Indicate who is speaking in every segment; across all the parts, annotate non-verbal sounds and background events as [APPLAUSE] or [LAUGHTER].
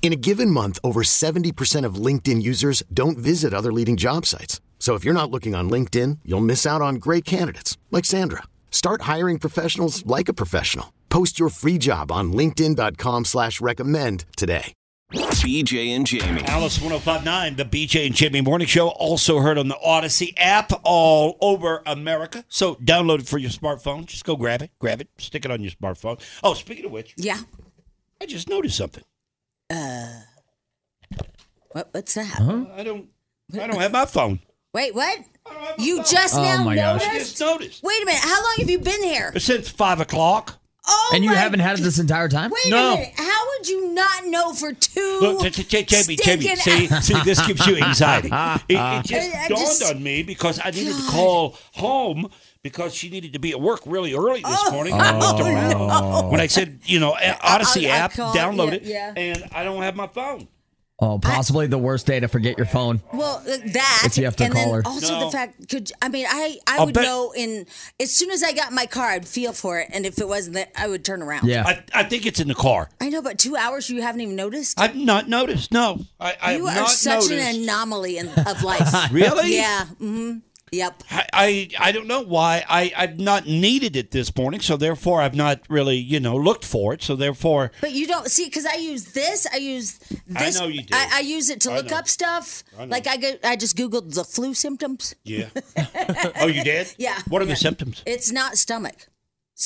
Speaker 1: In a given month, over 70% of LinkedIn users don't visit other leading job sites. So if you're not looking on LinkedIn, you'll miss out on great candidates like Sandra. Start hiring professionals like a professional. Post your free job on LinkedIn.com slash recommend today.
Speaker 2: BJ and Jamie.
Speaker 3: Alice 1059, the BJ and Jamie Morning Show, also heard on the Odyssey app all over America. So download it for your smartphone. Just go grab it, grab it, stick it on your smartphone. Oh, speaking of which,
Speaker 4: Yeah.
Speaker 3: I just noticed something.
Speaker 4: What, what's that?
Speaker 3: I don't I don't have my
Speaker 4: [LAUGHS]
Speaker 3: phone.
Speaker 4: Wait, what? You just
Speaker 5: Oh
Speaker 4: now
Speaker 3: I
Speaker 4: noticed?
Speaker 3: just noticed.
Speaker 4: Wait a minute. How long have you been here?
Speaker 3: Since five o'clock.
Speaker 4: Oh,
Speaker 5: And you
Speaker 4: my-
Speaker 5: haven't had it this entire time?
Speaker 4: Wait a minute. How would you not know for two?
Speaker 3: Look, t- t- Jamie, Jamie,
Speaker 4: stinking
Speaker 3: see,
Speaker 5: [LAUGHS]
Speaker 4: hours?
Speaker 3: see, this gives you
Speaker 4: [LAUGHS]
Speaker 3: anxiety. It, it just
Speaker 4: I- I
Speaker 3: dawned
Speaker 4: just-
Speaker 3: on me because I needed to call home because she needed to be at work really early this
Speaker 4: Oh.
Speaker 3: morning. I
Speaker 5: Oh,
Speaker 3: looked around When I said, you know, Odyssey
Speaker 4: I- I
Speaker 3: app,
Speaker 4: called,
Speaker 3: download
Speaker 4: yeah,
Speaker 3: it,
Speaker 4: yeah.
Speaker 3: and I don't have my phone.
Speaker 5: Oh, possibly the worst day to forget your phone.
Speaker 4: Well, uh, that
Speaker 5: If you have to
Speaker 4: and
Speaker 5: call
Speaker 4: then
Speaker 5: her.
Speaker 4: also
Speaker 3: No.
Speaker 4: the fact could I mean I I
Speaker 3: I'll
Speaker 4: would
Speaker 3: bet-
Speaker 4: know in as soon as I got my car I'd feel for it and if it wasn't that I would turn around.
Speaker 5: Yeah.
Speaker 3: I, I think it's in the car.
Speaker 4: I know, but two hours you haven't even noticed.
Speaker 3: I've not noticed. No, I, I
Speaker 4: you
Speaker 3: have
Speaker 4: are
Speaker 3: not
Speaker 4: such
Speaker 3: noticed.
Speaker 4: an anomaly in, of life.
Speaker 5: [LAUGHS]
Speaker 3: Really?
Speaker 4: Yeah. hmm Yep.
Speaker 3: I, I I don't know why I I've not needed it this morning, so therefore I've not really you know looked for it. So therefore,
Speaker 4: But you don't see because I use this. I use
Speaker 3: I
Speaker 4: this.
Speaker 3: know you do.
Speaker 4: I, I use it to
Speaker 3: I
Speaker 4: look
Speaker 3: know.
Speaker 4: up stuff. like I go, I just googled the flu symptoms.
Speaker 3: yeah. [LAUGHS] oh, you did?
Speaker 4: [LAUGHS] Yeah,
Speaker 3: What are
Speaker 4: yeah.
Speaker 3: the symptoms?
Speaker 4: It's not stomach,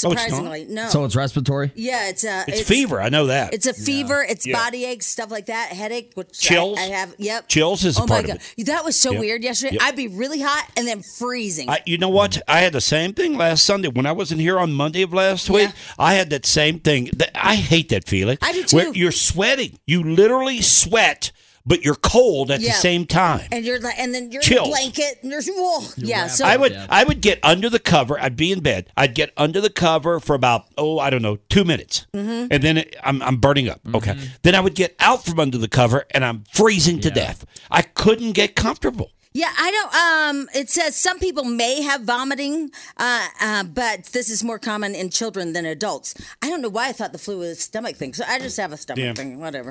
Speaker 3: Oh, not?
Speaker 4: surprisingly. No.
Speaker 5: So it's respiratory?
Speaker 4: yeah, it's a
Speaker 3: It's, fever. I know that.
Speaker 4: It's a fever. It's
Speaker 3: Yeah.
Speaker 4: body aches, stuff like that. Headache, which I-
Speaker 3: Chills?
Speaker 4: I, have. Yep.
Speaker 3: Chills is a
Speaker 4: oh my
Speaker 3: part of
Speaker 4: god, that was so weird yesterday.
Speaker 3: Yep.
Speaker 4: I'd be really hot and then freezing.
Speaker 3: I, you know what? I had the same thing last Sunday when I wasn't here on Monday of last week. I had that same thing. Th- I hate that feeling.
Speaker 4: I do
Speaker 3: Where
Speaker 4: too.
Speaker 3: you're sweating. You literally sweat, but you're cold at the
Speaker 4: Yeah.
Speaker 3: same time.
Speaker 4: and you're like, and then you're in
Speaker 3: Chills.
Speaker 4: a blanket, and there's wool. Yeah. So
Speaker 3: I would I would get under the cover. I'd be in bed. I'd get under the cover for about oh I don't know two minutes,
Speaker 4: Mm-hmm.
Speaker 3: and then it, I'm I'm burning up. Okay, then I would get out from under the cover and I'm freezing to death. I couldn't get comfortable.
Speaker 4: Yeah, I don't. Um, it says some people may have vomiting, uh, uh, but this is more common in children than adults. I don't know why I thought the flu was a stomach thing. So I just have a stomach
Speaker 3: Yeah.
Speaker 4: thing, whatever.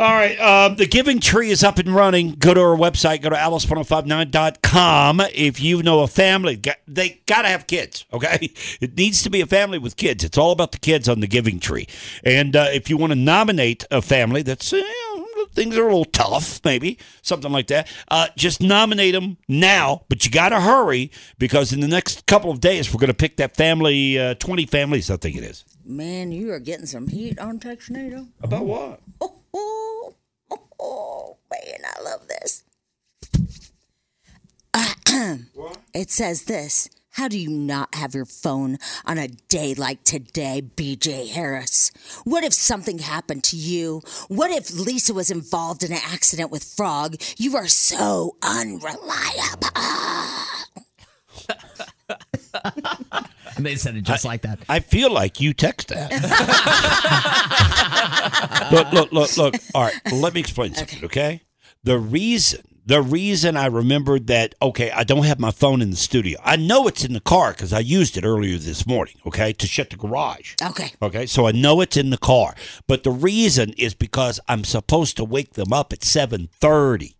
Speaker 3: All right. Um, the Giving Tree is up and running. Go to our website. Go to alice1059.com. If you know a family, got- they got to have kids, okay? [LAUGHS] It needs to be a family with kids. It's all about the kids on the Giving Tree. And uh, if you want to nominate a family that's, eh, things are a little tough, maybe, something like that, uh, just nominate them now. But you got to hurry because in the next couple of days, we're going to pick that family, uh, 20 families, I think it is.
Speaker 4: Man, you are getting some heat on Texanado.
Speaker 3: About what?
Speaker 4: Oh, oh, oh, oh, man, I love this. it says this. How do you not have your phone on a day like today, BJ Harris? What if something happened to you? What if Lisa was involved in an accident with Frog? You are so unreliable.
Speaker 5: And they said it just like that.
Speaker 3: I feel like you text that. [LAUGHS] look, look, look, look. All right, let me explain something, okay? The reason, the reason I remembered that, okay, I don't have my phone in the studio. I know it's in the car because I used it earlier this morning, okay, to shut the garage.
Speaker 4: Okay.
Speaker 3: Okay, so I know it's in the car, but the reason is because I'm supposed to wake them up at 7:30.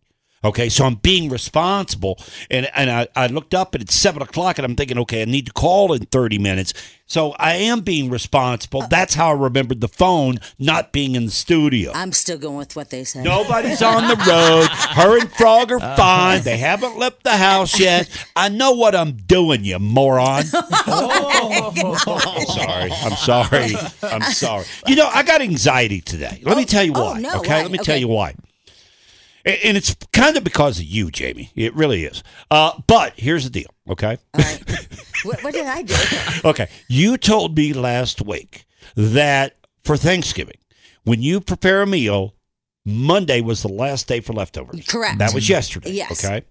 Speaker 3: Okay, so I'm being responsible, and and I, I looked up and it's seven o'clock, and I'm thinking, okay, I need to call in thirty minutes. So I am being responsible. That's how I remembered the phone not being in the studio.
Speaker 4: I'm still going with what they said.
Speaker 3: Nobody's on the road. Her and Frog are
Speaker 4: Uh-huh.
Speaker 3: fine. They haven't left the house yet. I know what I'm doing, you
Speaker 4: [LAUGHS]
Speaker 3: moron.
Speaker 4: Oh.
Speaker 3: [LAUGHS] sorry. I'm sorry. I'm sorry. You know, I got anxiety today. Let me tell you
Speaker 4: oh,
Speaker 3: why.
Speaker 4: no,
Speaker 3: okay,
Speaker 4: why?
Speaker 3: let me tell
Speaker 4: Okay.
Speaker 3: you why. A- And it's kind of because of you, Jamie. It really is. Uh, but here's the deal, okay?
Speaker 4: All right. what, what did I do?
Speaker 3: Okay. You told me last week that for Thanksgiving, when you prepare a meal, Monday was the last day for leftovers.
Speaker 4: Correct.
Speaker 3: That was yesterday.
Speaker 4: Mm-hmm. Yes.
Speaker 3: Okay.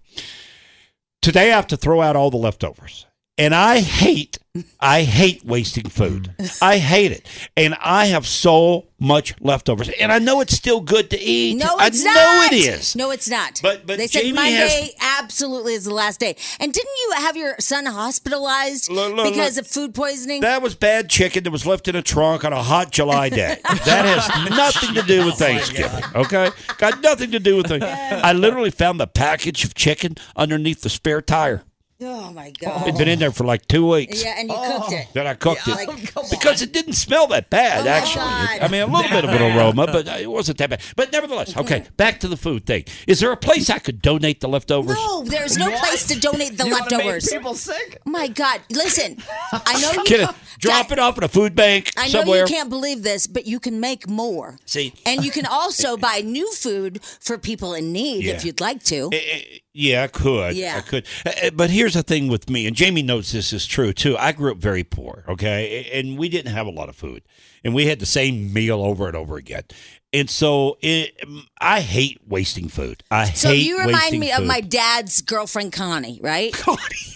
Speaker 3: Today I have to throw out all the leftovers. And I hate, I hate wasting food.
Speaker 4: [LAUGHS]
Speaker 3: I hate it. And I have so much leftovers. And I know it's still good to eat.
Speaker 4: No,
Speaker 3: I
Speaker 4: it's
Speaker 3: know
Speaker 4: not.
Speaker 3: it is.
Speaker 4: No, it's not.
Speaker 3: But- but
Speaker 4: they
Speaker 3: Jamie
Speaker 4: said Monday
Speaker 3: has-
Speaker 4: absolutely is the last day. And didn't you have your son hospitalized
Speaker 3: Look, look,
Speaker 4: because
Speaker 3: look.
Speaker 4: of food poisoning?
Speaker 3: That was bad chicken that was left in a trunk on a hot July day. That
Speaker 4: [LAUGHS]
Speaker 3: has nothing to do with Thanksgiving. Okay, got nothing to do with it. I literally found the package of chicken underneath the spare tire.
Speaker 4: oh my god.
Speaker 3: It'd been in there for like two weeks.
Speaker 4: Yeah, and you cooked it.
Speaker 3: Then Oh. I cooked
Speaker 4: Yeah,
Speaker 3: it
Speaker 4: like,
Speaker 3: because it didn't smell that bad.
Speaker 4: Oh, my
Speaker 3: actually,
Speaker 4: God.
Speaker 3: I mean a little bit of
Speaker 4: [LAUGHS]
Speaker 3: an aroma, but it wasn't that bad. But nevertheless, okay.
Speaker 4: Mm-hmm.
Speaker 3: Back to the food thing. Is there a place I could donate the leftovers?
Speaker 4: No, there's no place to donate the
Speaker 5: You wanna make
Speaker 4: leftovers.
Speaker 5: people sick.
Speaker 4: My God, listen, I know you
Speaker 3: Can I drop it off at a food bank
Speaker 4: I know
Speaker 3: somewhere?
Speaker 4: you can't believe this, but you can make more.
Speaker 3: See.
Speaker 4: and you can also buy new food for people in need if
Speaker 3: Yeah.
Speaker 4: you'd like to.
Speaker 3: Eh, Yeah, I could.
Speaker 4: Yeah.
Speaker 3: I could. Uh, uh, But here's the thing with me, and Jamie knows this is true too. I grew up very poor, okay? A- And we didn't have a lot of food. And we had the same meal over and over again. And so it, um, I hate wasting food. I
Speaker 4: so
Speaker 3: hate
Speaker 4: you remind
Speaker 3: wasting
Speaker 4: me of
Speaker 3: food.
Speaker 4: my dad's girlfriend Connie, right?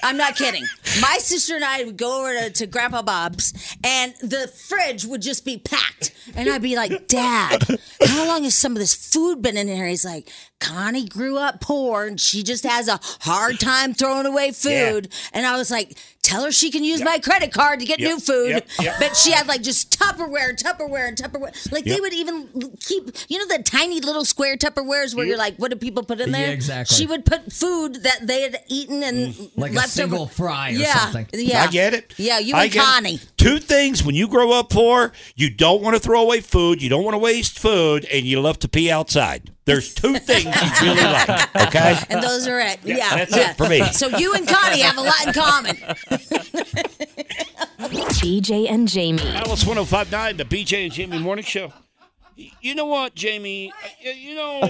Speaker 4: I'm not kidding. My sister and I would go over to, to Grandpa Bob's, and the fridge would just be packed. And I'd be like, Dad, how long has some of this food been in here? He's like, Connie grew up poor and she just has a hard time throwing away food. And I was like, Tell her she can use my credit card to get
Speaker 3: Yep.
Speaker 4: new food.
Speaker 3: Yep. Yep.
Speaker 4: But she had like just Tupperware, Tupperware, and Tupperware. Like they
Speaker 3: Yep.
Speaker 4: would even keep, you know, the tiny little square Tupperwares where you're like, what do people put in
Speaker 5: Yeah,
Speaker 4: there?
Speaker 5: exactly. Mm.
Speaker 4: She would put food that they had eaten and
Speaker 5: Like a
Speaker 4: left
Speaker 5: single
Speaker 4: over.
Speaker 5: fry or
Speaker 4: yeah,
Speaker 5: something.
Speaker 4: Yeah,
Speaker 3: I get it.
Speaker 4: Yeah, you
Speaker 3: I
Speaker 4: and
Speaker 3: get it.
Speaker 4: Connie.
Speaker 3: Two things when you grow up poor, you don't want to throw away food, you don't want to waste food, and you love to pee outside. There's two
Speaker 4: [LAUGHS]
Speaker 3: things you really like, okay? [LAUGHS]
Speaker 4: And those are it. Yeah,
Speaker 3: that's it for me.
Speaker 4: So you and Connie have a lot in common.
Speaker 6: [LAUGHS] BJ and Jamie.
Speaker 3: Alice 1059, the BJ and Jamie Morning Show. Y- You know what, Jamie? Y- You know,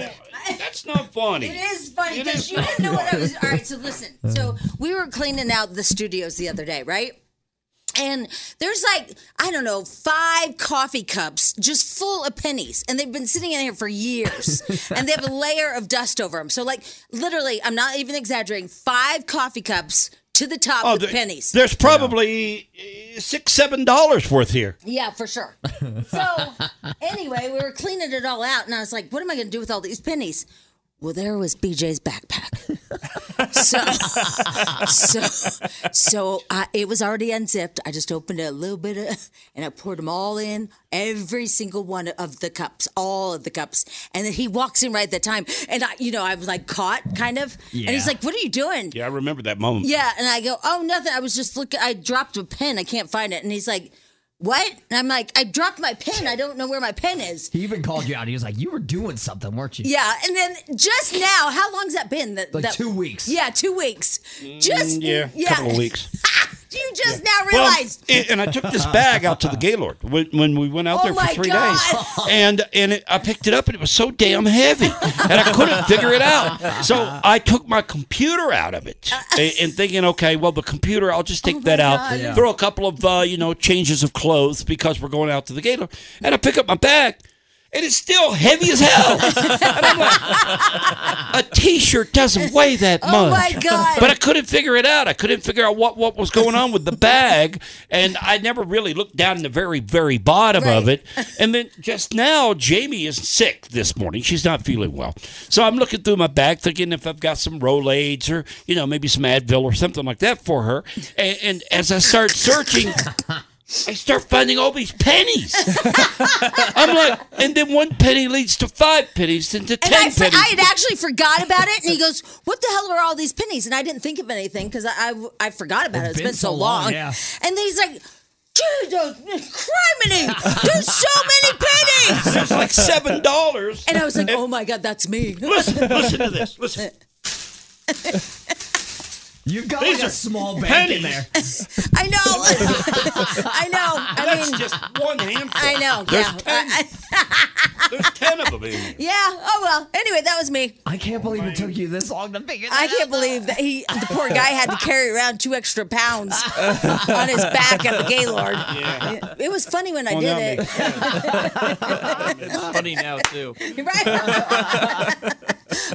Speaker 3: that's not funny.
Speaker 4: It is funny
Speaker 3: It
Speaker 4: because
Speaker 3: is
Speaker 4: you didn't know what I was. All right,
Speaker 3: [LAUGHS]
Speaker 4: so listen. So we were cleaning out the studios the other day, right? And there's like, I don't know, five coffee cups just full of pennies. And they've been sitting in here for
Speaker 3: [LAUGHS]
Speaker 4: years. and they have a layer of dust over them. So, like, literally, I'm not even exaggerating, five coffee cups to the top with
Speaker 3: there-
Speaker 4: pennies.
Speaker 3: There's probably uh, six, seven dollars worth here.
Speaker 4: Yeah, for sure. So anyway, we were cleaning it all out, and I was like, "What am I going to do with all these pennies?" Well, there was BJ's backpack. so, so, so I, it was already unzipped. I just opened it a little bit, of, and I poured them all in, every single one of the cups, all of the cups. And then he walks in right at the time, and I, you know, I was like caught, kind of. And he's
Speaker 5: Yeah.
Speaker 4: like, "What are you doing?"
Speaker 3: Yeah, I remember that moment.
Speaker 4: Yeah, and I go, oh, nothing. I was just looking. I dropped a pen. I can't find it. And he's like, what? And I'm like, I dropped my pen. I don't know where my pen is.
Speaker 5: He even called you out. He was like, "You were doing something, weren't you?"
Speaker 4: Yeah, and then just now, how long's that been? That,
Speaker 5: Like
Speaker 4: that-
Speaker 5: two weeks.
Speaker 4: Yeah, two weeks. Just
Speaker 3: Mm, Yeah, a couple of weeks.
Speaker 4: [LAUGHS] You just now
Speaker 3: Well,
Speaker 4: realized.
Speaker 3: [LAUGHS] and and I took this bag out to the Gaylord when, when we went out
Speaker 4: Oh
Speaker 3: there for
Speaker 4: my
Speaker 3: three
Speaker 4: God. [LAUGHS]
Speaker 3: days, and and it, I picked it up and it was so damn heavy, and I
Speaker 4: [LAUGHS]
Speaker 3: couldn't figure it out. So I took my computer out of
Speaker 4: [LAUGHS]
Speaker 3: it, and, and thinking, okay, well the computer, I'll just take
Speaker 4: Oh
Speaker 3: that out, throw a couple of uh, you know changes of clothes because we're going out to the Gaylord, and I pick up my bag. And it's still heavy as
Speaker 4: [LAUGHS]
Speaker 3: hell. and I'm like, a t-shirt doesn't weigh that
Speaker 4: oh
Speaker 3: much.
Speaker 4: my god.
Speaker 3: But I couldn't figure it out. I couldn't figure out what, what was going on with the bag, and I never really looked down in the very very bottom of
Speaker 4: Right.
Speaker 3: it. And then just now, Jamie is sick this morning. She's not feeling well, so I'm looking through my bag, thinking if I've got some Rolaids or you know maybe some Advil or something like that for her. And, and as I start searching, I start finding all these pennies. I'm like, and then one penny leads to five pennies, then to
Speaker 4: And
Speaker 3: ten
Speaker 4: I, for-
Speaker 3: pennies.
Speaker 4: I had actually forgot about
Speaker 3: [LAUGHS]
Speaker 4: it, and he goes, "What the hell are all these pennies?" And I didn't think of anything because I, I I forgot about it. It's been, so long.
Speaker 5: yeah.
Speaker 4: And then he's like, "Jesus, criminy! There's so many pennies!"
Speaker 3: There's like seven dollars.
Speaker 4: And I
Speaker 3: [LAUGHS]
Speaker 4: was like, "Oh my god, that's me."
Speaker 3: Listen, listen to this. Listen,
Speaker 5: You've got
Speaker 3: These
Speaker 5: like
Speaker 3: are
Speaker 5: a small bank in
Speaker 3: pennies.
Speaker 5: there.
Speaker 4: [LAUGHS] I know. [LAUGHS] I know. I
Speaker 3: that's
Speaker 4: mean,
Speaker 3: just [LAUGHS] one handful.
Speaker 4: I know.
Speaker 3: There's
Speaker 4: yeah.
Speaker 3: ten.
Speaker 4: I- I-
Speaker 3: There's ten of them in here.
Speaker 4: yeah. Oh well. Anyway, that was me.
Speaker 5: I can't believe it took you this long to figure that
Speaker 4: I
Speaker 5: out.
Speaker 4: can't believe that he, the poor guy, had to carry around two extra pounds on his back at the Gaylord. It, it was funny when I
Speaker 3: Well, now it
Speaker 4: did
Speaker 3: makes
Speaker 4: it,
Speaker 7: It's funny now too.
Speaker 4: [LAUGHS] right?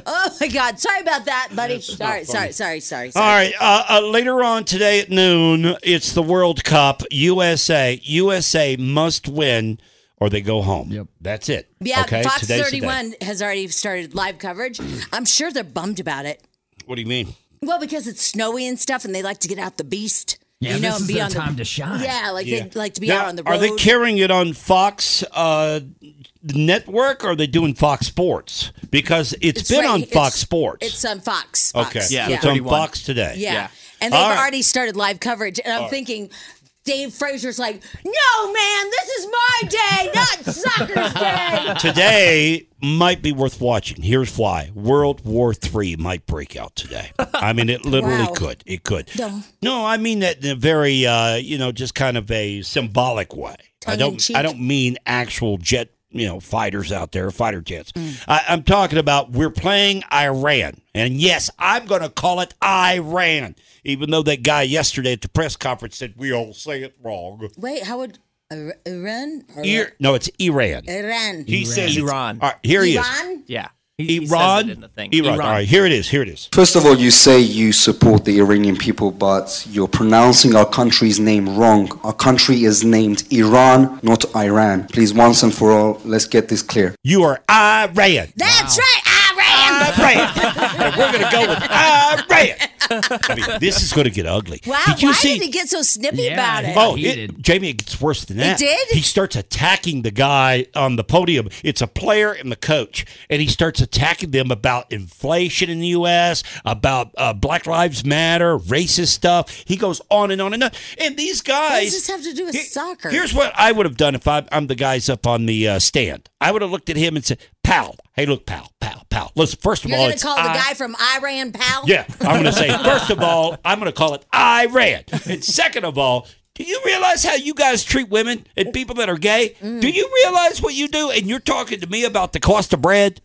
Speaker 4: oh my God! Sorry about that, buddy. Sorry, sorry, sorry, sorry,
Speaker 3: All
Speaker 4: sorry.
Speaker 3: right. Uh, uh, later on today at noon, it's the World Cup. USA, USA must win or they go home. Yep. That's it.
Speaker 4: Yeah,
Speaker 3: Okay.
Speaker 4: Fox
Speaker 3: Today's the day.
Speaker 4: 31 has already started live coverage. I'm sure they're bummed about it.
Speaker 3: What do you mean?
Speaker 4: Well, because it's snowy and stuff, and they like to get out the beast.
Speaker 5: Yeah,
Speaker 4: you know, and
Speaker 5: this is
Speaker 4: be
Speaker 5: their
Speaker 4: on the
Speaker 5: time to shine.
Speaker 4: Yeah, like they like to be
Speaker 3: Now,
Speaker 4: out on the road.
Speaker 3: Are they carrying it on Fox uh, Network or are they doing Fox Sports? Because it's
Speaker 4: It's
Speaker 3: been
Speaker 4: right-
Speaker 3: on
Speaker 4: it's-
Speaker 3: Fox Sports.
Speaker 4: It's on Fox. Fox.
Speaker 3: okay.
Speaker 7: Yeah,
Speaker 3: So
Speaker 4: Yeah.
Speaker 3: it's on
Speaker 7: 31.
Speaker 3: Fox today.
Speaker 4: Yeah.
Speaker 7: Yeah.
Speaker 4: And they've
Speaker 3: All right.
Speaker 4: already started live coverage. And I'm thinking, Dave Frazier's like, no, man, this is my day, not soccer's day.
Speaker 3: today might be worth watching. Here's why: World War III might break out today. I mean, it literally
Speaker 4: Wow.
Speaker 3: could. It could.
Speaker 4: No.
Speaker 3: No, I mean that in a very, uh, you know, just kind of a symbolic way. I
Speaker 4: Tongue in
Speaker 3: don't.
Speaker 4: cheek.
Speaker 3: I don't mean actual jet, you know, fighters out there, fighter jets.
Speaker 4: Mm.
Speaker 3: I, I'm talking about we're playing Iran, and yes, I'm going to call it Iran, even though that guy yesterday at the press conference said we all say it wrong.
Speaker 4: Wait, how would Ir- Iran? Or
Speaker 3: Ir- no, it's Iran.
Speaker 4: Iran.
Speaker 3: He says it's-
Speaker 7: Iran.
Speaker 3: All right, here he is.
Speaker 4: Iran?
Speaker 7: Yeah. He, he says it
Speaker 3: Iran,
Speaker 7: in the thing.
Speaker 3: Iran. All right, here it is. Here it is.
Speaker 8: First of all, you say you support the Iranian people, but you're pronouncing our country's name wrong. Our country is named Iran, not Iran. Please, once and for all, let's get this clear.
Speaker 3: You are Iran. [LAUGHS]
Speaker 4: That's right, Iran.
Speaker 3: Iran. and we're going to go with Iran. I mean, this is going to get ugly.
Speaker 4: wow,
Speaker 3: did you
Speaker 4: why
Speaker 3: see?
Speaker 4: did he get so snippy
Speaker 5: Yeah,
Speaker 4: about
Speaker 5: he-
Speaker 4: it?
Speaker 3: Oh,
Speaker 5: He
Speaker 3: it-
Speaker 5: did.
Speaker 3: Jamie, it gets worse than that.
Speaker 4: did?
Speaker 3: He starts attacking the guy on the podium. It's a player and the coach, and he starts attacking them about inflation in the U.S., about uh, Black Lives Matter, racist stuff. He goes on and on and on. And these guys.
Speaker 4: What does this have to do with soccer?
Speaker 3: Here's what I would have done if I, I'm the guys up on the uh, stand. I would have looked at him and said, "Pal, hey, look, pal, pal, pal. Listen, first of
Speaker 4: You're
Speaker 3: all,
Speaker 4: going to
Speaker 3: it's
Speaker 4: call the
Speaker 3: I-
Speaker 4: guy from Iran, pal?
Speaker 3: [LAUGHS] yeah, I'm going to say, first of all, I'm going to call it Iran. And second of all, do you realize how you guys treat women and people that are gay?
Speaker 4: Mm.
Speaker 3: Do you realize what you do? And you're talking to me about the cost of
Speaker 4: [LAUGHS]
Speaker 3: bread?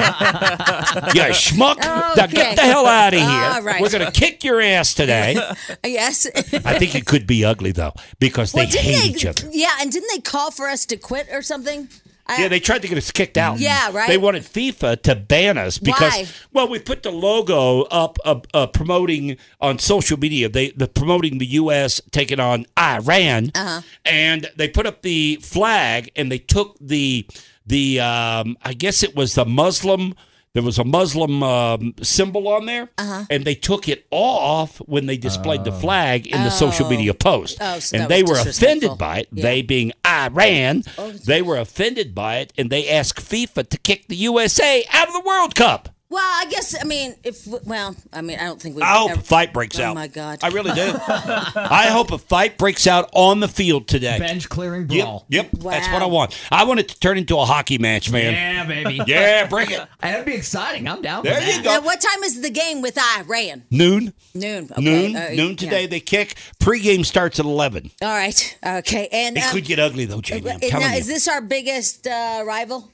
Speaker 3: yeah, schmuck. Now
Speaker 4: Okay.
Speaker 3: get the hell out of here.
Speaker 4: All right.
Speaker 3: We're going to kick your ass today.
Speaker 4: [LAUGHS] Yes.
Speaker 3: I think it could be ugly, though, because they
Speaker 4: [LAUGHS] Well, didn't
Speaker 3: hate
Speaker 4: they-
Speaker 3: each other.
Speaker 4: Yeah, and didn't they call for us to quit or something? I,
Speaker 3: Yeah, they tried to get us kicked out.
Speaker 4: Yeah, right.
Speaker 3: They wanted FIFA to ban us because
Speaker 4: Why?
Speaker 3: well, we put the logo up uh, uh, promoting on social media. They the promoting the U.S. taking on Iran,
Speaker 4: Uh-huh.
Speaker 3: and they put up the flag and they took the the um, I guess it was the Muslim. There was a Muslim um, symbol on there,
Speaker 4: Uh-huh.
Speaker 3: and they took it off when they displayed the flag in the social media post.
Speaker 4: Oh, so
Speaker 3: and
Speaker 4: that
Speaker 3: they
Speaker 4: was
Speaker 3: were
Speaker 4: disrespectful. Oh,
Speaker 3: offended by it. They being Iran, they were offended by it, and they asked FIFA to kick the USA out of the World Cup.
Speaker 4: Well, I guess I mean if well, I mean I don't think we.
Speaker 3: I hope a fight breaks
Speaker 4: oh
Speaker 3: out.
Speaker 4: my God.
Speaker 3: I really
Speaker 4: [LAUGHS]
Speaker 3: do. I hope a fight breaks out on the field today.
Speaker 5: Bench clearing
Speaker 3: Yep,
Speaker 5: brawl.
Speaker 3: yep. That's what I
Speaker 4: Wow.
Speaker 3: want. I want it to turn into a hockey match, man.
Speaker 5: Yeah, baby.
Speaker 3: [LAUGHS] Yeah, bring
Speaker 4: [LAUGHS]
Speaker 3: it.
Speaker 5: That'd be exciting. I'm down
Speaker 3: There
Speaker 5: for
Speaker 3: you
Speaker 5: that.
Speaker 3: go.
Speaker 4: Now, what time is the game with Iran?
Speaker 3: Noon,
Speaker 4: Noon. Okay.
Speaker 3: noon,
Speaker 4: Uh,
Speaker 3: noon
Speaker 4: yeah.
Speaker 3: today. They kick. Pre-game starts at eleven.
Speaker 4: All right. Okay. And
Speaker 3: It
Speaker 4: um,
Speaker 3: could get ugly though, Jamie. I'm
Speaker 4: it-
Speaker 3: telling
Speaker 4: now,
Speaker 3: you.
Speaker 4: is this our biggest uh, rival?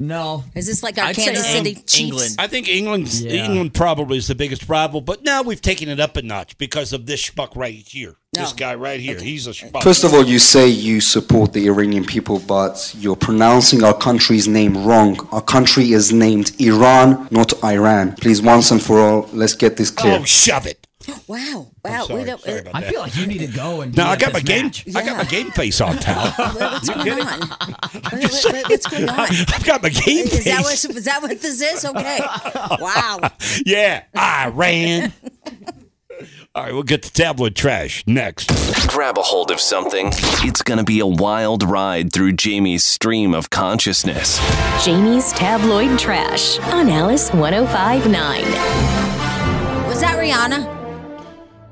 Speaker 5: No.
Speaker 4: Is this like our
Speaker 7: I'd say
Speaker 4: Kansas
Speaker 7: Eng-
Speaker 4: City Chiefs?
Speaker 7: England.
Speaker 3: I think England's
Speaker 5: Yeah.
Speaker 3: England probably is the biggest rival, but now we've taken it up a notch because of this schmuck right here. This
Speaker 4: No.
Speaker 3: guy right here, he's a schmuck.
Speaker 8: First of all, you say you support the Iranian people, but you're pronouncing our country's name wrong. Our country is named Iran, not Iran. Please, once and for all, let's get this clear.
Speaker 3: oh, shove it!
Speaker 4: Wow. Wow.
Speaker 3: Sorry,
Speaker 4: we don't.
Speaker 3: sorry about
Speaker 5: I
Speaker 3: that.
Speaker 5: feel like you need to go and.
Speaker 3: No,
Speaker 5: be
Speaker 3: I
Speaker 5: at
Speaker 3: got my
Speaker 5: this
Speaker 3: game.
Speaker 5: match.
Speaker 3: I got my game face
Speaker 4: [LAUGHS]
Speaker 3: on, pal.
Speaker 4: What- what's going
Speaker 3: kidding? [LAUGHS]
Speaker 4: on? What- what- what- what's going on?
Speaker 3: I've got my game
Speaker 4: Is
Speaker 3: face.
Speaker 4: that what? Is that what
Speaker 3: [LAUGHS]
Speaker 4: this is? Okay. Wow.
Speaker 3: yeah, I ran. All right, we'll get to tabloid trash next.
Speaker 9: Grab a hold of something. It's going to be a wild ride through Jamie's stream of consciousness.
Speaker 10: Jamie's Tabloid Trash on Alice 1059.
Speaker 4: Was that Rihanna?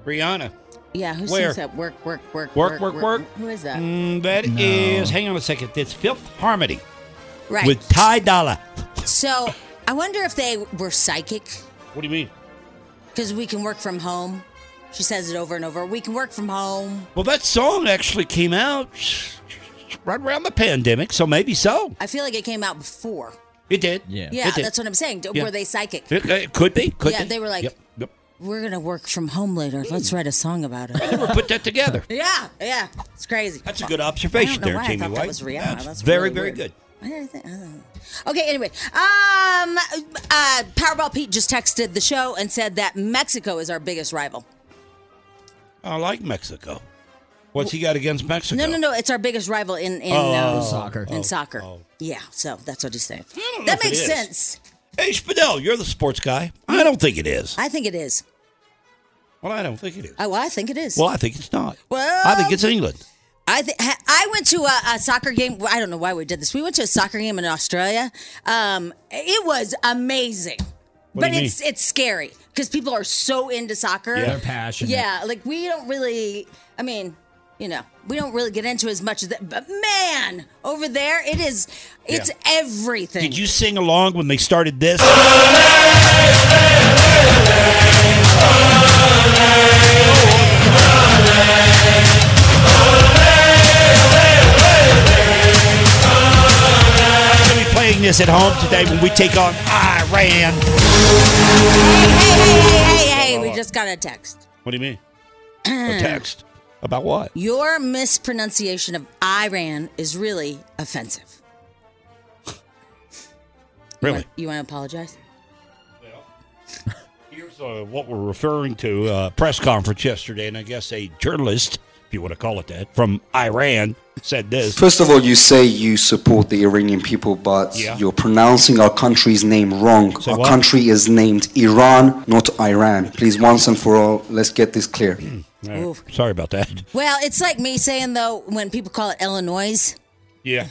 Speaker 3: Rihanna.
Speaker 4: Yeah, who
Speaker 3: Where?
Speaker 4: sings that? Work, work, work,
Speaker 3: Work, work, work.
Speaker 4: Who is that?
Speaker 3: Mm, that is. hang on a second. It's Fifth Harmony
Speaker 4: Right.
Speaker 3: with Ty Dolla.
Speaker 4: so I wonder if they were psychic
Speaker 3: What do you mean?
Speaker 4: because we can work from home. She says it over and over. We can work from home.
Speaker 3: Well, that song actually came out right around the pandemic, so maybe so.
Speaker 4: I feel like it came out before.
Speaker 3: It did.
Speaker 4: Yeah,
Speaker 3: It did.
Speaker 4: that's what I'm saying.
Speaker 3: Yeah.
Speaker 4: Were they psychic?
Speaker 3: It, it could be. Could
Speaker 4: Yeah,
Speaker 3: be.
Speaker 4: they were like-
Speaker 3: Yep, yep.
Speaker 4: We're gonna work from home later. Let's write a song about it.
Speaker 3: We'll put that together.
Speaker 4: [LAUGHS] Yeah, yeah, it's crazy.
Speaker 3: [LAUGHS] That's a good observation
Speaker 4: I don't know
Speaker 3: there,
Speaker 4: why
Speaker 3: Jamie
Speaker 4: I thought
Speaker 3: White.
Speaker 4: That was Rihanna.
Speaker 3: That's
Speaker 4: That's,
Speaker 3: very,
Speaker 4: really
Speaker 3: very
Speaker 4: weird.
Speaker 3: good.
Speaker 4: Why did I think- I don't know. Okay, anyway, um, uh, Powerball Pete just texted the show and said that Mexico is our biggest rival.
Speaker 3: I like Mexico. What's he got against Mexico?
Speaker 4: No, no, no, it's our biggest rival in in
Speaker 3: Oh,
Speaker 4: uh,
Speaker 3: soccer.
Speaker 4: In
Speaker 3: Oh,
Speaker 4: soccer,
Speaker 3: oh.
Speaker 4: yeah. So that's what he's saying.
Speaker 3: don't know
Speaker 4: That
Speaker 3: if it
Speaker 4: makes
Speaker 3: is.
Speaker 4: sense.
Speaker 3: Hey, Spadell, you're the sports guy. I don't think it is.
Speaker 4: I think it is.
Speaker 3: Well, I don't think it is.
Speaker 4: Oh, well, I think it is.
Speaker 3: Well, I think it's not.
Speaker 4: Well-
Speaker 3: I think it's England.
Speaker 4: I th- I went to a, a soccer game. I don't know why we did this. We went to a soccer game in Australia. Um, it was amazing,
Speaker 3: What do
Speaker 4: but
Speaker 3: you
Speaker 4: it's it's scary because people are so into soccer.
Speaker 5: They're passionate.
Speaker 4: Yeah, like we don't really. I mean, you know, we don't really get into as much as that. But man, over there, it is. It's everything.
Speaker 3: Did you sing along when they started this? Gonna be playing this at home today when we take on Iran.
Speaker 4: Hey, hey, hey, hey, hey! We just got a text.
Speaker 3: What do you mean? A text about what?
Speaker 4: Your mispronunciation of Iran is really offensive.
Speaker 3: Really?
Speaker 4: You want to apologize?
Speaker 3: Here's uh, what we're referring to uh, press conference yesterday, and I guess a journalist, if you want to call it that, from Iran said this.
Speaker 8: First of all, you say you support the Iranian people, but
Speaker 3: Yeah.
Speaker 8: you're pronouncing our country's name wrong.
Speaker 3: Say
Speaker 8: our
Speaker 3: what?
Speaker 8: country is named Iran, not Iran. Please, once and for all, let's get this clear.
Speaker 3: All right. Sorry about that.
Speaker 4: Well, it's like me saying though when people call it Illinois,
Speaker 3: Yeah.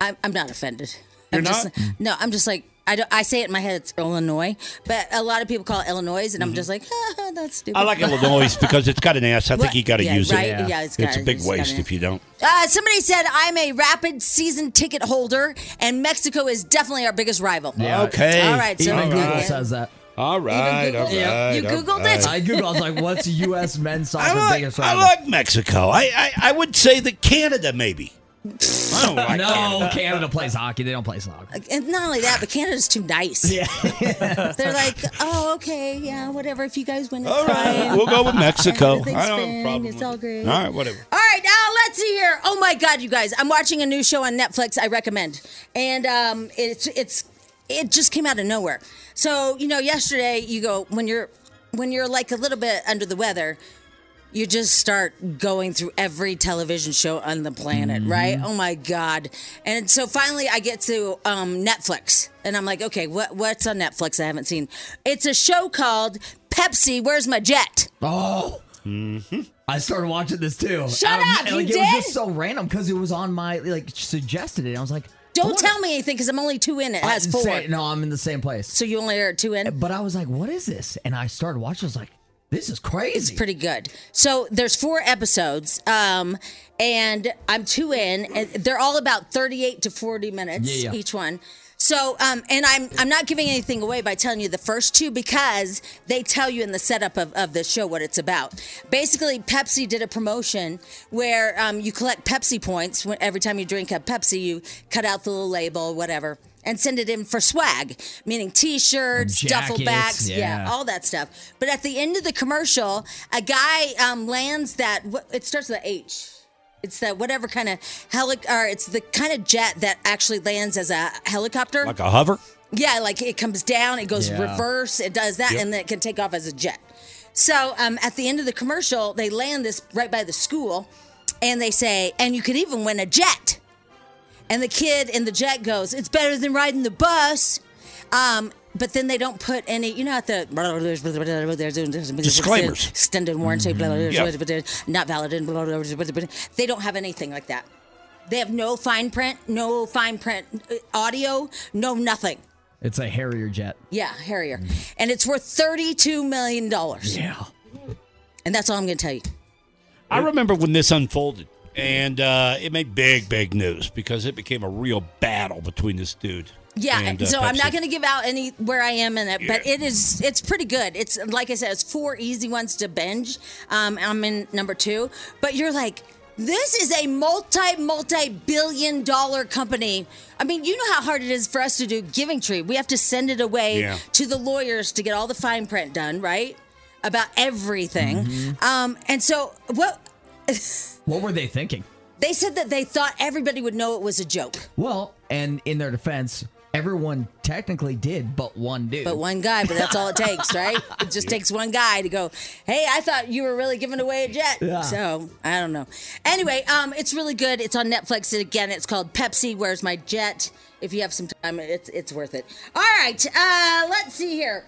Speaker 4: I'm, I'm not offended.
Speaker 3: You're
Speaker 4: I'm just,
Speaker 3: not?
Speaker 4: No, I'm just like I don't. I say it in my head. It's Illinois, but a lot of people call it Illinois, and I'm just like, ah, that's stupid.
Speaker 3: [LAUGHS] Mm-hmm. I like Illinois because it's got an ass. I think
Speaker 4: What?
Speaker 3: you got to
Speaker 4: Yeah,
Speaker 3: use
Speaker 4: right?
Speaker 3: it.
Speaker 4: Yeah. Yeah, it's
Speaker 3: it's
Speaker 4: gotta-
Speaker 3: a big
Speaker 4: it's gotta-
Speaker 3: waste if you don't.
Speaker 4: Uh, somebody said I'm a rapid season ticket holder, and Mexico is definitely our biggest rival.
Speaker 5: Yeah.
Speaker 3: Okay.
Speaker 4: All right. So
Speaker 5: Even
Speaker 4: we got
Speaker 5: Google
Speaker 4: it.
Speaker 5: says that.
Speaker 3: All right.
Speaker 4: Googled
Speaker 3: all
Speaker 4: it.
Speaker 3: right,
Speaker 4: You
Speaker 3: all
Speaker 4: Googled
Speaker 3: right.
Speaker 4: it?
Speaker 5: I Googled. I was like, "What's U.S. men's soccer
Speaker 3: I like,
Speaker 5: biggest
Speaker 3: I
Speaker 5: rival?"
Speaker 3: like Mexico. I, I, I would say that Canada maybe. I don't like
Speaker 5: no,
Speaker 3: Canada.
Speaker 5: [LAUGHS] Canada. plays hockey. They don't play soccer.
Speaker 4: And not only that, but Canada's too nice. Yeah. [LAUGHS] They're like, oh, okay, yeah, whatever. If you guys win, it's
Speaker 3: All
Speaker 4: fine.
Speaker 3: right, we'll
Speaker 4: [LAUGHS]
Speaker 3: go with Mexico.
Speaker 4: Everything's
Speaker 3: I don't have a
Speaker 4: fine.
Speaker 3: problem.
Speaker 4: It's
Speaker 3: with
Speaker 4: all
Speaker 3: it.
Speaker 4: great.
Speaker 3: All right, whatever.
Speaker 4: All right, now let's see here. Oh my God, you guys! I'm watching a new show on Netflix. I recommend, and um, it's it's it just came out of nowhere. So you know, yesterday you go when you're when you're like a little bit under the weather, you just start going through every television show on the planet,
Speaker 5: Mm-hmm.
Speaker 4: right? Oh my god! And so finally, I get to um, Netflix, and I'm like, okay, what what's on Netflix? I haven't seen. It's a show called Pepsi. Where's my jet?
Speaker 5: Oh. I started watching this too.
Speaker 4: Mm-hmm. Shut
Speaker 5: Out of-
Speaker 4: up,
Speaker 5: and,
Speaker 4: you
Speaker 5: like, It
Speaker 4: did?
Speaker 5: was just so random because it was on my like suggested it. I was like, I
Speaker 4: Don't
Speaker 5: wonder-
Speaker 4: tell me anything because I'm only two in it. It
Speaker 5: I
Speaker 4: has
Speaker 5: didn't
Speaker 4: four.
Speaker 5: say it. no, I'm in the same place.
Speaker 4: So you only are two in?
Speaker 5: But I was like, "What is this?" And I started watching. I was like, "This is crazy."
Speaker 4: It's pretty good. So there's four episodes, um, and I'm two in. And they're all about 38 to 40 minutes
Speaker 5: Yeah, yeah.
Speaker 4: each one. So, um, and I'm I'm not giving anything away by telling you the first two because they tell you in the setup of, of the show what it's about. Basically, Pepsi did a promotion where um, you collect Pepsi points when, every time you drink a Pepsi, you cut out the little label, whatever, and send it in for swag, meaning T-shirts, duffel
Speaker 5: Jackets,
Speaker 4: bags,
Speaker 5: yeah.
Speaker 4: yeah, all all that stuff. But at the end of the commercial, a guy um, lands that. wh- It starts with a H. It's that whatever kind of helic, or it's the kind of jet that actually lands as a helicopter.
Speaker 3: Like a hover?
Speaker 4: Yeah, like it comes down, it goes
Speaker 5: Yeah.
Speaker 4: reverse, it does that, and then it can take off as a jet. So um, at the end of the commercial, they land this right by the school, and they say, and you could even win a jet. And the kid in the jet goes, it's better than riding the bus. Um, but then they don't put any. You know, at the
Speaker 3: Disclaimers.
Speaker 4: extended warranty, blah, blah, blah,
Speaker 3: Yeah.
Speaker 4: blah, not valid, and blah, blah, blah, blah, blah. they don't have anything like that. They have no fine print, no fine print uh, audio, no nothing.
Speaker 5: It's a Harrier jet.
Speaker 4: Yeah, Harrier,
Speaker 3: Mm-hmm.
Speaker 4: and it's worth thirty-two million dollars.
Speaker 5: Yeah,
Speaker 4: and that's all I'm going to tell you.
Speaker 3: I remember when this unfolded, and uh, it made big, big news because it became a real battle between this dude.
Speaker 4: Yeah,
Speaker 3: and, uh,
Speaker 4: so I'm
Speaker 3: Pepsi.
Speaker 4: not going to give out any where I am in it, but it is it's pretty good. It's like I said, it's four easy ones to binge. Um, I'm in number two, but you're like, this is a multi multi billion dollar company. I mean, you know how hard it is for us to do Giving Tree. We have to send it away
Speaker 2: Yeah.
Speaker 4: to the lawyers to get all the fine print done, right? About everything.
Speaker 3: Mm-hmm.
Speaker 4: Um, and so what [LAUGHS]
Speaker 5: What were they thinking?
Speaker 4: they said that they thought everybody would know it was a joke.
Speaker 5: Well, and in their defense, everyone technically did, but one dude.
Speaker 4: But one guy, but that's all it takes, right? It just takes one guy to go, hey, I thought you were really giving away a jet.
Speaker 5: Yeah.
Speaker 4: So I don't know. Anyway, um, it's really good. It's on Netflix. And again, it's called Pepsi, Where's My Jet? If you have some time, it's it's worth it. All right, uh, let's see here.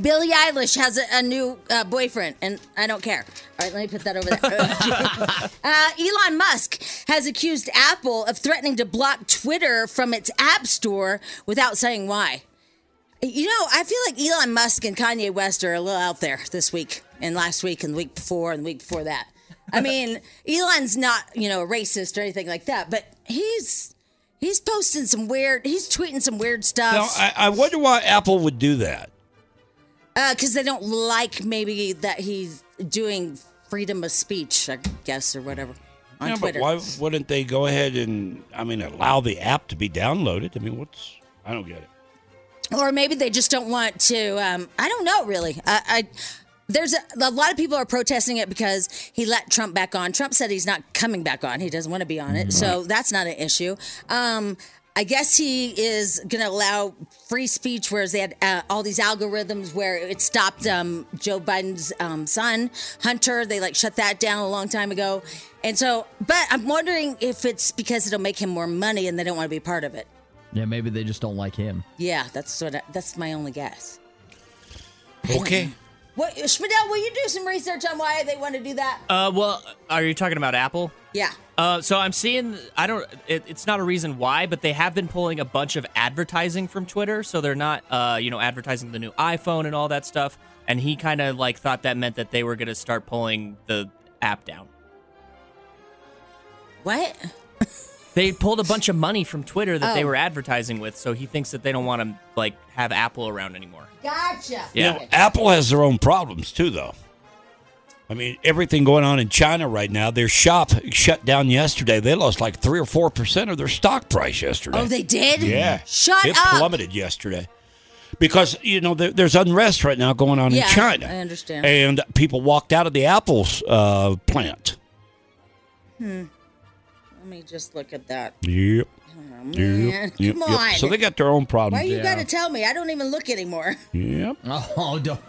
Speaker 4: Billie Eilish has a, a new uh, boyfriend, and I don't care. All right, let me put that over there. uh, Elon Musk has accused Apple of threatening to block Twitter from its app store without saying why. You know, I feel like Elon Musk and Kanye West are a little out there this week and last week and the week before and the week before that.
Speaker 3: [LAUGHS]
Speaker 4: I mean, Elon's not, you know, a racist or anything like that, but he's he's posting some weird, he's tweeting some weird
Speaker 3: Now,
Speaker 4: stuff
Speaker 3: I, I wonder why Apple would do that.
Speaker 4: because uh, they don't like maybe that he's doing freedom of speech, I guess, or whatever on
Speaker 3: yeah,
Speaker 4: Twitter.
Speaker 3: but why wouldn't they go ahead and I mean allow the app to be downloaded? I mean, what's I don't get it.
Speaker 4: or maybe they just don't want to. Um, I don't know, really. I, I there's a, a lot of people are protesting it because he let Trump back on. Trump said he's not coming back on. He doesn't want to be on it, so that's not an issue. Um, I guess he is going to allow free speech, whereas they had uh, all these algorithms where it stopped um, Joe Biden's um, son, Hunter. They like shut that down a long time ago. And so, but I'm wondering if it's because it'll make him more money and they don't want to be part of it.
Speaker 5: yeah, maybe they just don't like him.
Speaker 4: Yeah, that's what I, that's my only guess.
Speaker 3: Okay.
Speaker 4: What, Schmidel, will you do some research on why they want to do that?
Speaker 7: Uh, well, are you talking about Apple?
Speaker 4: Yeah.
Speaker 7: Uh, so I'm seeing. I don't. It, it's not a reason why, but they have been pulling a bunch of advertising from Twitter. So they're not, uh, you know, advertising the new iPhone and all that stuff. And he kind of like thought that meant that they were going to start pulling the app down.
Speaker 4: What?
Speaker 7: They pulled a bunch of money from Twitter that they
Speaker 4: Oh.
Speaker 7: were advertising with, so he thinks that they don't want to like have Apple around anymore.
Speaker 4: Oh, Gotcha.
Speaker 7: Yeah.
Speaker 3: You know, Apple has their own problems too, though. I mean, everything going on in China right now. Their shop shut down yesterday. They lost like three or four percent of their stock price yesterday.
Speaker 4: Oh, they did?
Speaker 3: Yeah.
Speaker 4: Shut
Speaker 3: it
Speaker 4: up.
Speaker 3: plummeted yesterday because you know there, there's unrest right now going on
Speaker 4: yeah,
Speaker 3: in China,
Speaker 4: I understand.
Speaker 3: and people walked out of the Apple's uh, plant.
Speaker 4: hmm. Let me just look at that.
Speaker 3: Yep.
Speaker 4: Oh,
Speaker 3: Yep.
Speaker 4: man.
Speaker 3: Yep.
Speaker 4: Come
Speaker 3: Yep.
Speaker 4: on.
Speaker 3: So they got their own problems.
Speaker 4: Why you got to tell me? I don't even look anymore. [LAUGHS]
Speaker 3: Yep.
Speaker 5: [LAUGHS] Oh, don't.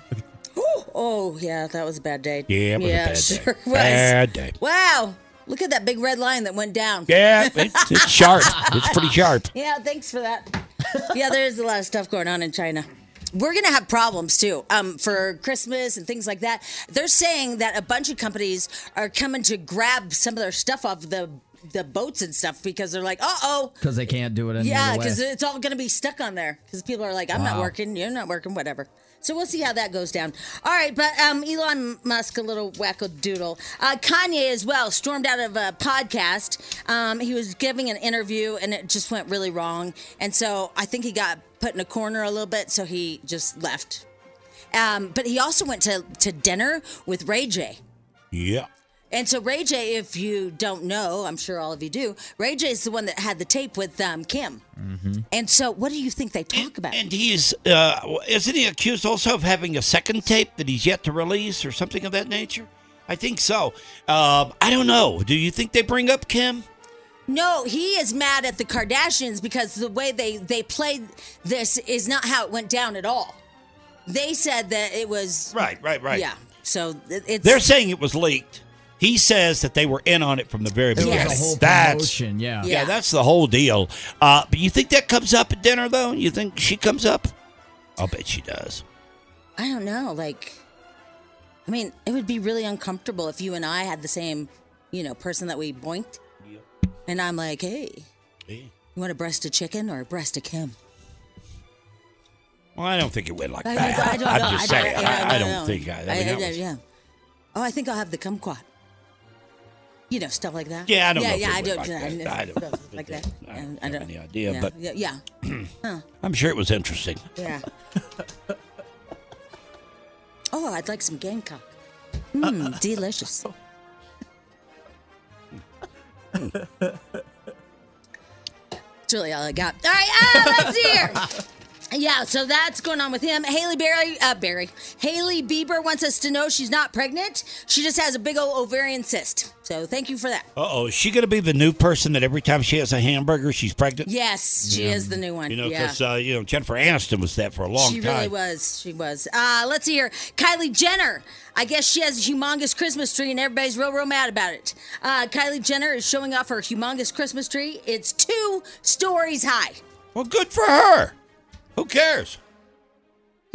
Speaker 4: Ooh, oh, yeah, that was a bad day.
Speaker 3: Yeah, it was a
Speaker 4: yeah,
Speaker 3: bad day.
Speaker 4: sure was.
Speaker 3: Bad day.
Speaker 4: Wow. Look at that big red line that went down.
Speaker 3: Yeah, it's,
Speaker 4: [LAUGHS]
Speaker 3: it's sharp. It's pretty sharp.
Speaker 4: Yeah, thanks for that. [LAUGHS] yeah, there's a lot of stuff going on in China. We're gonna have problems too um, for Christmas and things like that. They're saying that a bunch of companies are coming to grab some of their stuff off the the boats and stuff because they're like, uh oh,
Speaker 5: Because they can't do it any
Speaker 4: yeah,
Speaker 5: other way.
Speaker 4: because it's all gonna be stuck on there because people are like, I'm not
Speaker 5: Wow.
Speaker 4: working, you're not working, whatever. So we'll see how that goes down. All right, but um, Elon Musk, a little wackadoodle. Uh, Kanye as well stormed out of a podcast. Um, he was giving an interview and it just went really wrong. And so I think he got put in a corner a little bit, so he just left. Um, but he also went to, to dinner with Ray J.
Speaker 3: Yeah.
Speaker 4: And so Ray J, if you don't know, I'm sure all of you do, Ray J is the one that had the tape with um, Kim. And so, what do you think they talk about?
Speaker 3: And he's uh, isn't he accused also of having a second tape that he's yet to release or something of that nature? I think so. Um, I don't know. Do you think they bring up Kim?
Speaker 4: No, he is mad at the Kardashians because the way they they played this is not how it went down at all. They said that it was
Speaker 3: Right, right, right.
Speaker 4: Yeah, so it- it's
Speaker 3: They're saying it was leaked. He says that they were in on it from the very
Speaker 4: was a
Speaker 3: beginning.
Speaker 4: whole
Speaker 3: that's
Speaker 5: promotion, yeah.
Speaker 3: yeah.
Speaker 4: Yeah.
Speaker 3: that's the whole deal. Uh, but you think that comes up at dinner though? You think she comes up? I'll bet she does.
Speaker 4: I don't know. Like, I mean, it would be really uncomfortable if you and I had the same, you know, person that we boinked. And I'm like, hey,
Speaker 3: Hey.
Speaker 4: you want a breast of chicken or a breast of Kim?
Speaker 3: Well, I don't think it went like
Speaker 4: I,
Speaker 3: that.
Speaker 4: I don't know.
Speaker 3: am just
Speaker 4: I don't,
Speaker 3: saying.
Speaker 4: yeah,
Speaker 3: I, I don't
Speaker 4: know.
Speaker 3: think I. I, mean, that was-
Speaker 4: yeah. Oh, I think I'll have the kumquat. You know, stuff like that.
Speaker 3: Yeah, I don't
Speaker 4: yeah,
Speaker 3: know if
Speaker 4: Yeah,
Speaker 3: it
Speaker 4: I
Speaker 3: went
Speaker 4: don't.
Speaker 3: like
Speaker 4: I
Speaker 3: that. I don't-
Speaker 4: stuff like that.
Speaker 3: I don't
Speaker 4: I
Speaker 3: have
Speaker 4: don't.
Speaker 3: any idea,
Speaker 4: yeah,
Speaker 3: but-
Speaker 4: yeah, yeah, Huh,
Speaker 3: I'm sure it was interesting.
Speaker 4: yeah. oh, I'd like some gamecock. Mmm, delicious. That's really Hmm. all I got. All right, ah, let's hear. Yeah, so that's going on with him. Haley Berry, uh, Berry. Haley Bieber wants us to know she's not pregnant. She just has a big old ovarian cyst. So thank you for that.
Speaker 3: Uh oh, is she going to be the new person that every time she has a hamburger, she's pregnant?
Speaker 4: Yes, she is the new one.
Speaker 3: You know,
Speaker 4: yeah.
Speaker 3: because uh, you know Jennifer Aniston was that for a long
Speaker 4: she
Speaker 3: time.
Speaker 4: really was. She was. Uh, let's see here. Kylie Jenner. I guess she has a humongous Christmas tree, and everybody's real, real mad about it. Uh, Kylie Jenner is showing off her humongous Christmas tree. It's two stories high.
Speaker 3: Well, good for her. Who
Speaker 4: [LAUGHS]
Speaker 3: cares?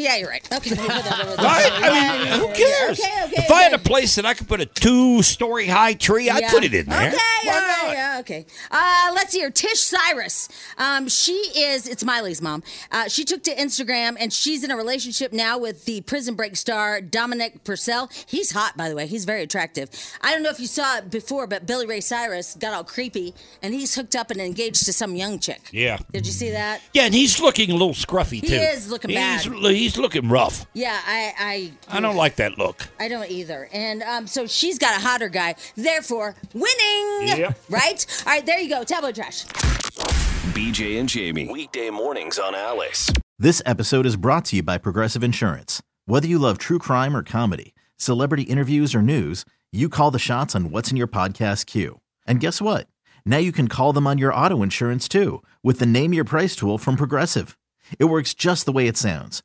Speaker 4: Yeah, you're right. Okay.
Speaker 3: [LAUGHS] Right? I mean, who cares?
Speaker 4: Okay, okay,
Speaker 3: if I had a place that I could put a two-story high tree, I'd
Speaker 4: Yeah.
Speaker 3: put it in there.
Speaker 4: Okay, okay, yeah, okay. Uh, let's hear Tish Cyrus. Um, she is, it's Miley's mom. Uh, she took to Instagram and she's in a relationship now with the prison break star Dominic Purcell. He's hot, by the way. He's very attractive. I don't know if you saw it before, but Billy Ray Cyrus got all creepy and he's hooked up and engaged to some young chick.
Speaker 3: Yeah.
Speaker 4: Did you see that?
Speaker 3: Yeah, and he's looking a little scruffy
Speaker 4: He
Speaker 3: too.
Speaker 4: is looking
Speaker 3: he's,
Speaker 4: bad.
Speaker 3: He's looking rough.
Speaker 4: Yeah, I. I,
Speaker 3: I don't like that look.
Speaker 4: I don't either. And um, so she's got a hotter guy, therefore winning.
Speaker 9: Yep.
Speaker 4: [LAUGHS] Right? All right, there you go. Tableau trash.
Speaker 9: BJ and Jamie. Weekday mornings on Alice.
Speaker 11: This episode is brought to you by Progressive Insurance. Whether you love true crime or comedy, celebrity interviews or news, you call the shots on what's in your podcast queue. And guess what? Now you can call them on your auto insurance too with the Name Your Price tool from Progressive. It works just the way it sounds.